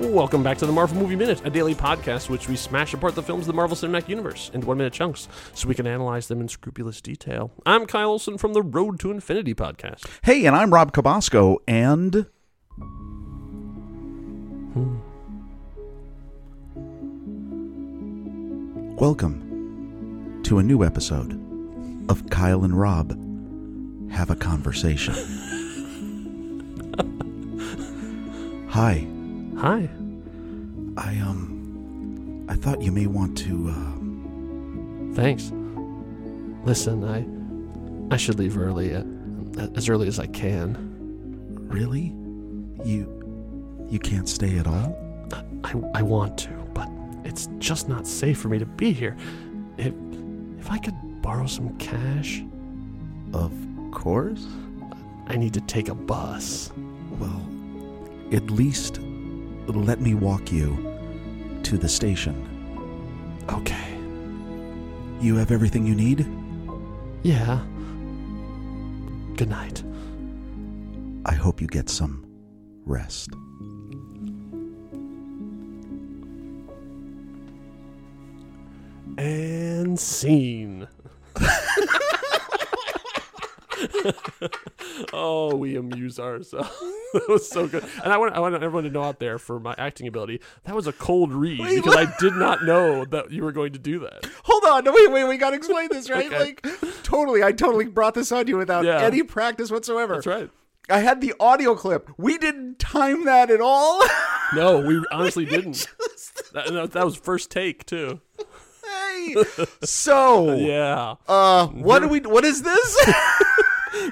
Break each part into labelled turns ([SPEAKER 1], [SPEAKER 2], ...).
[SPEAKER 1] Welcome back to the Marvel Movie Minute, a daily podcast which we smash apart the films of the Marvel Cinematic Universe into one minute chunks so we can analyze them in scrupulous detail. I'm Kyle Olson from the Road to Infinity podcast.
[SPEAKER 2] Hey, and I'm Rob Cabasco, and welcome to a new episode of Kyle and Rob Have a Conversation. Hi,
[SPEAKER 1] Hi.
[SPEAKER 2] I um, I thought you may want to. Uh,
[SPEAKER 1] Thanks. Listen, I I should leave early at, as early as I can.
[SPEAKER 2] really, you, you can't stay at all.
[SPEAKER 1] I, I want to, but it's just not safe for me to be here. If if I could borrow some cash,
[SPEAKER 2] Of course.
[SPEAKER 1] I need to take a bus.
[SPEAKER 2] Well, at least let me walk you to the station.
[SPEAKER 1] Okay.
[SPEAKER 2] You have everything you need?
[SPEAKER 1] Yeah. Good night.
[SPEAKER 2] I hope you get some rest.
[SPEAKER 1] And scene. oh, we amuse ourselves. that was so good. And I want, I want everyone to know out there for my acting ability, that was a cold read because I did not know that you were going to do that.
[SPEAKER 3] Hold on, no, wait, wait, we gotta explain this, right?
[SPEAKER 1] Okay.
[SPEAKER 3] Like, totally, I totally brought this on you without
[SPEAKER 1] Yeah.
[SPEAKER 3] any practice whatsoever.
[SPEAKER 1] That's right.
[SPEAKER 3] I had the audio clip. We didn't time that at all.
[SPEAKER 1] No, we honestly didn't. That, that- that was first take too.
[SPEAKER 3] hey. So,
[SPEAKER 1] Yeah.
[SPEAKER 3] uh, what do we? What is this?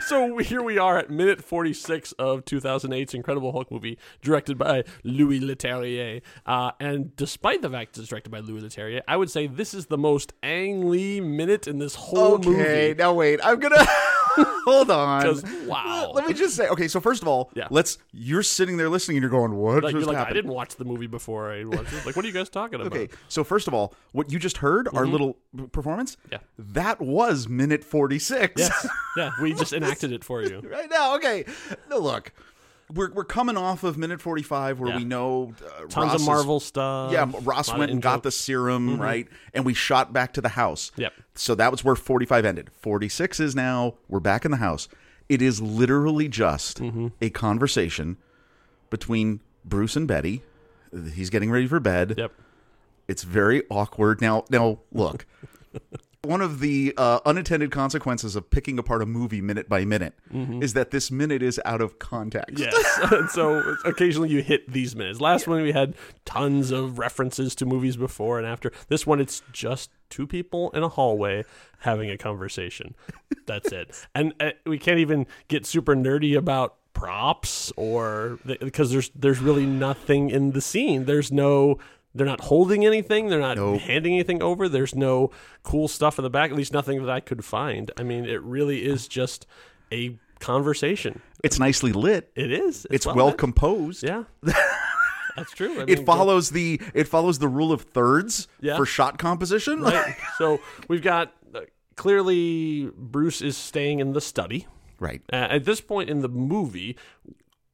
[SPEAKER 1] So here we are at minute 46 of 2008's Incredible Hulk movie, directed by Louis Leterrier. Uh, and despite the fact it's directed by Louis Leterrier, I would say this is the most Ang Lee minute in this whole
[SPEAKER 3] okay,
[SPEAKER 1] movie.
[SPEAKER 3] now wait. I'm gonna hold on.
[SPEAKER 1] 'Cause, wow.
[SPEAKER 3] Let me just say. Okay, so first of all,
[SPEAKER 1] Yeah.
[SPEAKER 3] let's. You're sitting there listening, and you're going, "What
[SPEAKER 1] Like,
[SPEAKER 3] just
[SPEAKER 1] you're like, I
[SPEAKER 3] happened?"
[SPEAKER 1] didn't watch the movie before I watched it. Like, what are you guys talking about?
[SPEAKER 3] Okay, so first of all, what you just heard, our little performance,
[SPEAKER 1] Mm-hmm. Yeah.
[SPEAKER 3] that was minute 46.
[SPEAKER 1] Yes. Yeah, we just enacted it for you.
[SPEAKER 3] right now. Okay, no, look, we're we're coming off of minute forty five where
[SPEAKER 1] Yeah.
[SPEAKER 3] we know uh,
[SPEAKER 1] Tons
[SPEAKER 3] Ross
[SPEAKER 1] of
[SPEAKER 3] is-
[SPEAKER 1] Marvel stuff.
[SPEAKER 3] yeah, Ross
[SPEAKER 1] lot of
[SPEAKER 3] went and got
[SPEAKER 1] in-joke.
[SPEAKER 3] the serum right, and we shot back to the house.
[SPEAKER 1] Yep.
[SPEAKER 3] So that was where forty five ended. Forty six is now we're back in the house. It is literally just
[SPEAKER 1] Mm-hmm.
[SPEAKER 3] a conversation between Bruce and Betty. He's getting ready for bed.
[SPEAKER 1] Yep.
[SPEAKER 3] It's very awkward. Now, now look. One of the uh, unintended consequences of picking apart a movie minute by minute
[SPEAKER 1] Mm-hmm.
[SPEAKER 3] is that this minute is out of context.
[SPEAKER 1] Yes. and so occasionally you hit these minutes. Last one we had tons of references to movies before and after. This one it's just two people in a hallway having a conversation. That's it. And uh, we can't even get super nerdy about props or because there's there's really nothing in the scene. There's no they're not holding anything. They're not handing anything over. There's no cool stuff in the back. At least nothing that I could find. I mean, it really is just a conversation.
[SPEAKER 3] It's nicely lit.
[SPEAKER 1] It is.
[SPEAKER 3] It's well,
[SPEAKER 1] lit.
[SPEAKER 3] composed.
[SPEAKER 1] Yeah, that's true. I
[SPEAKER 3] It
[SPEAKER 1] mean,
[SPEAKER 3] follows the it follows the rule of thirds
[SPEAKER 1] Yeah.
[SPEAKER 3] for shot composition.
[SPEAKER 1] right? So we've got uh, clearly Bruce is staying in the study.
[SPEAKER 3] Right.
[SPEAKER 1] Uh, at this point in the movie,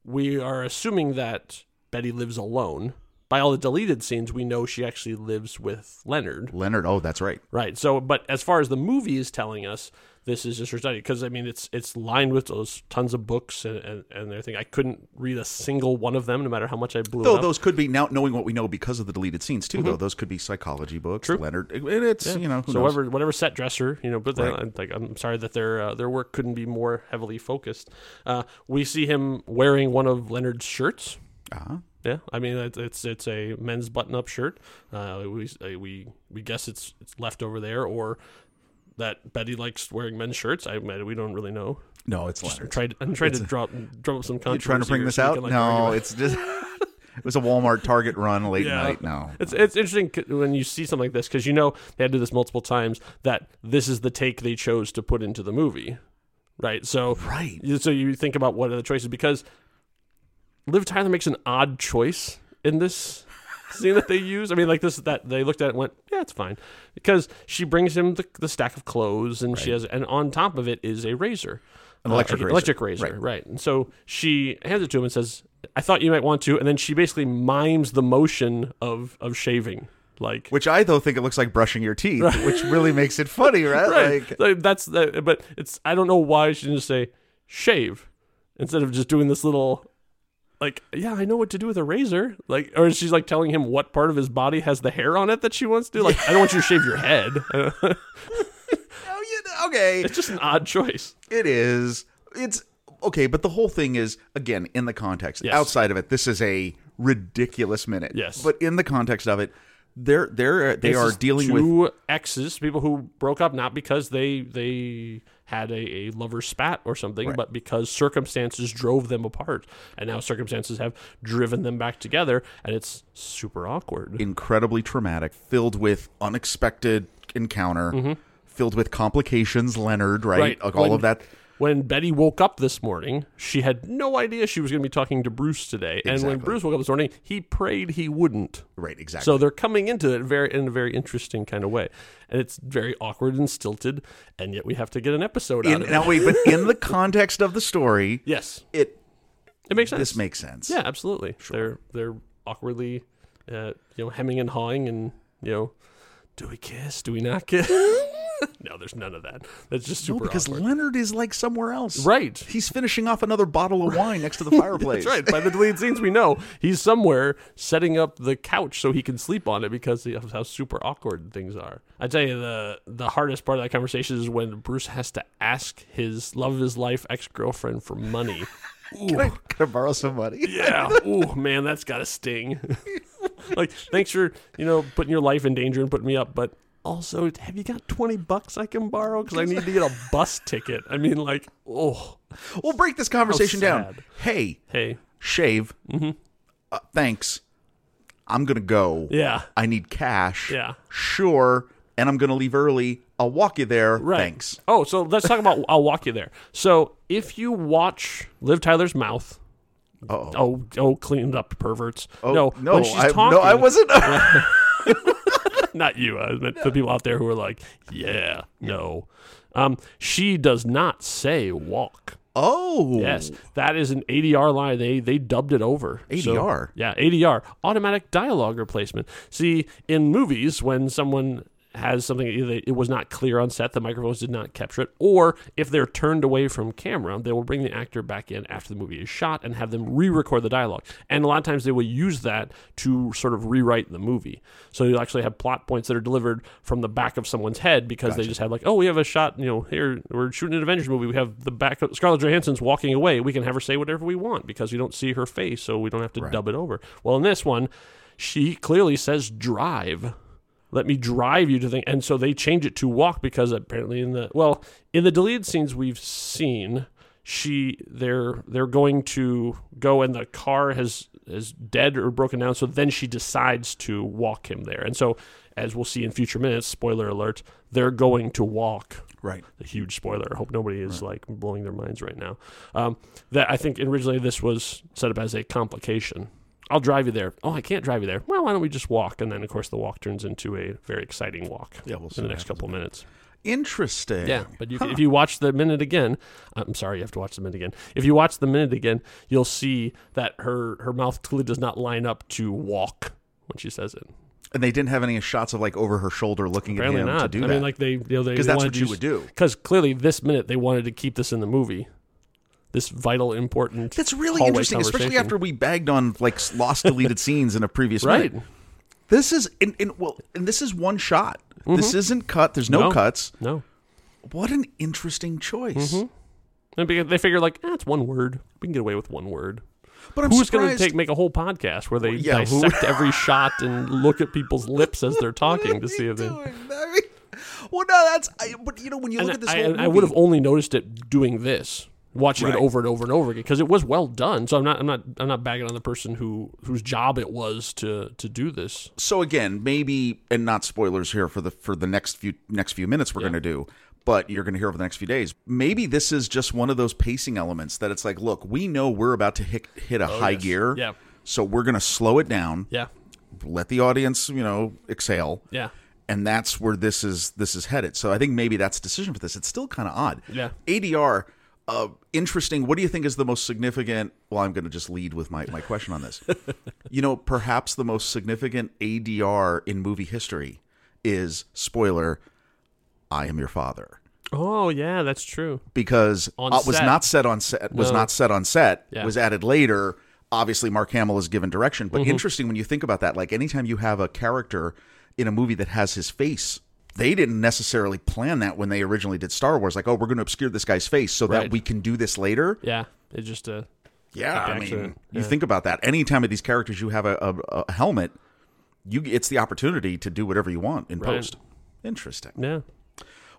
[SPEAKER 1] we are assuming that Betty lives alone. By all the deleted scenes, we know she actually lives with Leonard.
[SPEAKER 3] Leonard. Oh, that's right.
[SPEAKER 1] Right. So, but as far as the movie is telling us, this is just her study because I mean it's it's lined with those tons of books and and, and everything. I couldn't read a single one of them, no matter how much I blew. it
[SPEAKER 3] Though
[SPEAKER 1] up.
[SPEAKER 3] those could be now knowing what we know because of the deleted scenes too. Though those could be psychology books. Leonard. And it's you know who
[SPEAKER 1] so
[SPEAKER 3] knows?
[SPEAKER 1] whatever whatever set dresser you know but then, I'm like i'm sorry that their uh, their work couldn't be more heavily focused uh, we see him wearing one of leonard's shirts
[SPEAKER 3] Uh-huh.
[SPEAKER 1] yeah i mean it- it's it's a men's button-up shirt uh, we uh, we we guess it's it's left over there or that Betty likes wearing men's shirts. I we don't really know.
[SPEAKER 3] No, it's Leonard.
[SPEAKER 1] Tried I'm trying to drop drum up some controversy.
[SPEAKER 3] You trying to bring
[SPEAKER 1] or
[SPEAKER 3] this
[SPEAKER 1] so we
[SPEAKER 3] out?
[SPEAKER 1] can, like, argue
[SPEAKER 3] no,
[SPEAKER 1] about-
[SPEAKER 3] it's just it was a Walmart Target run late
[SPEAKER 1] Yeah.
[SPEAKER 3] night. No,
[SPEAKER 1] It's it's interesting c- when you see something like this because you know they had to do this multiple times that this is the take they chose to put into the movie, right? So
[SPEAKER 3] Right.
[SPEAKER 1] you- So you think about what are the choices because Liv Tyler makes an odd choice in this scene that they use. I mean, like this that they looked at it and went, yeah, it's fine because she brings him the, the stack of clothes and she has and on top of it is a razor.
[SPEAKER 3] An electric
[SPEAKER 1] uh,
[SPEAKER 3] razor.
[SPEAKER 1] electric razor, right. And so she hands it to him and says, "I thought you might want to." And then she basically mimes the motion of of shaving, like
[SPEAKER 3] Which I though think it looks like brushing your teeth, which really makes it funny, right?
[SPEAKER 1] right.
[SPEAKER 3] Like
[SPEAKER 1] Like, that's the, but it's I don't know why she didn't just say shave instead of just doing this little like yeah I know what to do with a razor like or she's like telling him what part of his body has the hair on it that she wants to like I don't want you to shave your head.
[SPEAKER 3] oh, you- okay,
[SPEAKER 1] it's just an odd choice.
[SPEAKER 3] it is. It's okay, but the whole thing is again in the context.
[SPEAKER 1] Yes.
[SPEAKER 3] Outside of it, this is a ridiculous minute.
[SPEAKER 1] Yes.
[SPEAKER 3] but in the context of it, they're they're they
[SPEAKER 1] This
[SPEAKER 3] are
[SPEAKER 1] is
[SPEAKER 3] dealing
[SPEAKER 1] two
[SPEAKER 3] with
[SPEAKER 1] exes, people who broke up not because they they had a, a lover spat or something, but because circumstances drove them apart, and now circumstances have driven them back together, and it's super awkward.
[SPEAKER 3] incredibly traumatic, filled with unexpected encounter, filled with complications. Leonard, right?
[SPEAKER 1] Mm-hmm. Right,
[SPEAKER 3] Like all
[SPEAKER 1] when-
[SPEAKER 3] of that.
[SPEAKER 1] when Betty woke up this morning, she had no idea she was going to be talking to Bruce today, and when
[SPEAKER 3] Exactly.
[SPEAKER 1] Bruce woke up this morning, he prayed he wouldn't.
[SPEAKER 3] Right, exactly.
[SPEAKER 1] So they're coming into it very in a very interesting kind of way, and it's very awkward and stilted, and yet we have to get an episode out
[SPEAKER 3] in,
[SPEAKER 1] of it.
[SPEAKER 3] now wait, but in the context of the story,
[SPEAKER 1] Yes,
[SPEAKER 3] it
[SPEAKER 1] it makes sense.
[SPEAKER 3] this makes sense.
[SPEAKER 1] Yeah, absolutely. They're they're awkwardly, uh, you know, hemming and hawing, and you know, do we kiss? Do we not kiss? no, there's none of that. That's just
[SPEAKER 3] No,
[SPEAKER 1] super
[SPEAKER 3] Oh, because
[SPEAKER 1] awkward.
[SPEAKER 3] Leonard is like somewhere else.
[SPEAKER 1] Right.
[SPEAKER 3] He's finishing off another bottle of wine next to the fireplace.
[SPEAKER 1] That's right. By the deleted scenes, we know he's somewhere setting up the couch so he can sleep on it because of how super awkward things are. I tell you, the the hardest part of that conversation is when Bruce has to ask his love of his life ex girlfriend for money.
[SPEAKER 3] Can I, can I borrow some money?
[SPEAKER 1] Yeah. Ooh, man, that's got a sting. like, thanks for you know putting your life in danger and putting me up, but also, have you got twenty bucks I can borrow? Because I need to get a bus ticket. I mean, like, oh,
[SPEAKER 3] We'll break this conversation down.
[SPEAKER 1] sad.
[SPEAKER 3] Hey,
[SPEAKER 1] hey,
[SPEAKER 3] shave. Mm-hmm. Uh, thanks. I'm gonna go.
[SPEAKER 1] yeah,
[SPEAKER 3] I need cash.
[SPEAKER 1] Yeah.
[SPEAKER 3] Sure. And I'm gonna leave early. I'll walk you there.
[SPEAKER 1] right.
[SPEAKER 3] Thanks.
[SPEAKER 1] Oh, so let's talk about. I'll walk you there. So if you watch Liv Tyler's mouth.
[SPEAKER 3] Uh-oh. Oh,
[SPEAKER 1] Oh, oh, cleaned up perverts. no,
[SPEAKER 3] no,
[SPEAKER 1] when she's
[SPEAKER 3] I,
[SPEAKER 1] talking,
[SPEAKER 3] no, I wasn't.
[SPEAKER 1] not you. I meant the people out there who are like, yeah, no. Um, she does not say walk.
[SPEAKER 3] oh,
[SPEAKER 1] Yes, that is an ADR line. They they dubbed it over. So-
[SPEAKER 3] ADR?
[SPEAKER 1] yeah, ADR, automatic dialogue replacement. See, in movies, when someone has something either it was not clear on set, the microphones did not capture it, or if they're turned away from camera, they will bring the actor back in after the movie is shot and have them re-record the dialogue. And a lot of times they will use that to sort of rewrite the movie. So you'll actually have plot points that are delivered from the back of someone's head because they just have like, oh, we have a shot, you know, here we're shooting an Avengers movie. We have the back of Scarlett Johansson's walking away. We can have her say whatever we want because we don't see her face, so we don't have to dub it over. Well, in this one, she clearly says drive. Let me drive you to think, and so they change it to walk because apparently in the well in the deleted scenes we've seen she they're they're going to go and the car has is dead or broken down so then she decides to walk him there and so as we'll see in future minutes spoiler alert they're going to walk
[SPEAKER 3] right.
[SPEAKER 1] a huge spoiler i hope nobody is like blowing their minds right now um, that i think originally this was set up as a complication i'll drive you there oh i can't drive you there well why don't we just walk and then of course the walk turns into a very exciting walk yeah,
[SPEAKER 3] we'll see
[SPEAKER 1] in the
[SPEAKER 3] what
[SPEAKER 1] next couple minutes
[SPEAKER 3] Interesting.
[SPEAKER 1] yeah, but you, if you watch the minute again, I'm sorry, you have to watch the minute again. If you watch the minute again, you'll see that her her mouth clearly does not line up to walk when she says it.
[SPEAKER 3] And they didn't have any shots of like over her shoulder looking
[SPEAKER 1] Apparently
[SPEAKER 3] at him
[SPEAKER 1] not.
[SPEAKER 3] to do
[SPEAKER 1] I
[SPEAKER 3] that.
[SPEAKER 1] mean, like they, you know, they
[SPEAKER 3] 'Cause
[SPEAKER 1] they
[SPEAKER 3] that's
[SPEAKER 1] wanted
[SPEAKER 3] what
[SPEAKER 1] to
[SPEAKER 3] you
[SPEAKER 1] use-
[SPEAKER 3] would do.
[SPEAKER 1] Because clearly, this minute they wanted to keep this in the movie. This vital, important.
[SPEAKER 3] That's really
[SPEAKER 1] hallway
[SPEAKER 3] interesting, especially
[SPEAKER 1] conversation.
[SPEAKER 3] after we bagged on like lost deleted scenes in a previous
[SPEAKER 1] Right.
[SPEAKER 3] minute. This is and, and well, and this is one shot. This isn't cut. There's no,
[SPEAKER 1] Mm-hmm. No.
[SPEAKER 3] cuts.
[SPEAKER 1] No,
[SPEAKER 3] What an interesting choice.
[SPEAKER 1] Mm-hmm. and because they figure like, ah, it's one word. We can get away with one word.
[SPEAKER 3] But I'm
[SPEAKER 1] Who's going to
[SPEAKER 3] surprised.
[SPEAKER 1] take make a whole podcast where they
[SPEAKER 3] yeah, who-
[SPEAKER 1] dissect every shot and look at people's lips as they're talking to see if they.
[SPEAKER 3] Doing, I mean, well, no, that's. I, but you know, when you look
[SPEAKER 1] And
[SPEAKER 3] at this
[SPEAKER 1] I,
[SPEAKER 3] whole
[SPEAKER 1] and I
[SPEAKER 3] movie-
[SPEAKER 1] would have only noticed it doing this, watching it
[SPEAKER 3] Right.
[SPEAKER 1] over and over and over again, because it was well done. So I'm not, I'm not, I'm not bagging on the person who whose job it was to to do this.
[SPEAKER 3] so again, maybe and not spoilers here for the for the next few next few minutes we're going to do, but you're going to hear over the next few days. Maybe this is just one of those pacing elements that it's like, look, we know we're about to hit hit a high
[SPEAKER 1] Oh, yes.
[SPEAKER 3] gear,
[SPEAKER 1] Yeah.
[SPEAKER 3] so we're going to slow it down,
[SPEAKER 1] Yeah,
[SPEAKER 3] let the audience, you know, exhale,
[SPEAKER 1] yeah,
[SPEAKER 3] and that's where this is this is headed. So I think maybe that's the decision for this. It's still kind of odd.
[SPEAKER 1] Yeah.
[SPEAKER 3] ADR uh, interesting. What do you think is the most significant? Well, I'm going to just lead with my, my question on this. you know, perhaps the most significant ADR in movie history is spoiler, I am your father.
[SPEAKER 1] Oh yeah, that's true.
[SPEAKER 3] Because
[SPEAKER 1] On
[SPEAKER 3] uh, was
[SPEAKER 1] set.
[SPEAKER 3] not set on set was
[SPEAKER 1] No.
[SPEAKER 3] not set on set
[SPEAKER 1] Yeah.
[SPEAKER 3] was added later. Obviously, Mark Hamill is given direction,
[SPEAKER 1] Mm-hmm.
[SPEAKER 3] but interesting when you think about that. Like anytime you have a character in a movie that has his face, they didn't necessarily plan that when they originally did Star Wars. Like, oh, we're going to obscure this guy's face so
[SPEAKER 1] Right.
[SPEAKER 3] that we can do this later.
[SPEAKER 1] Yeah, it just uh,
[SPEAKER 3] Yeah,
[SPEAKER 1] Like
[SPEAKER 3] I mean,
[SPEAKER 1] accident.
[SPEAKER 3] you think about that. Any time of these characters, you have a, a, a helmet, you it's the opportunity to do whatever you want in
[SPEAKER 1] Right.
[SPEAKER 3] post. Interesting.
[SPEAKER 1] yeah.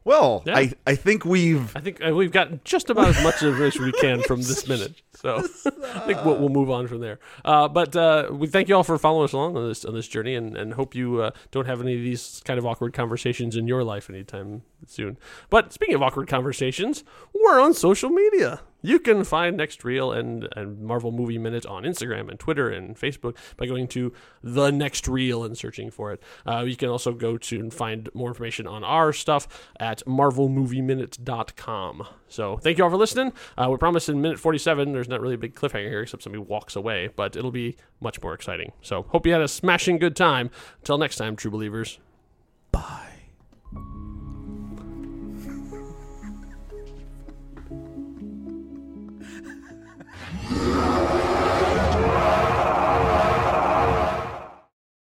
[SPEAKER 3] Well,
[SPEAKER 1] Yeah.
[SPEAKER 3] I I think we've
[SPEAKER 1] I think uh, we've gotten just about as much of as we can from this minute. So I think we'll, we'll move on from there. Uh, but uh, we thank you all for following us along on this on this journey, and, and hope you uh, don't have any of these kind of awkward conversations in your life anytime soon. But speaking of awkward conversations, we're on social media. You can find Next Reel and, and Marvel Movie Minute on Instagram and Twitter and Facebook by going to The Next Reel and searching for it. Uh, you can also go to and find more information on our stuff at marvelmovieminute.com. So thank you all for listening. Uh, we promise in minute 47, there's not really a big cliffhanger here except somebody walks away, but it'll be much more exciting. So hope you had a smashing good time. Until next time, true believers.
[SPEAKER 2] Bye.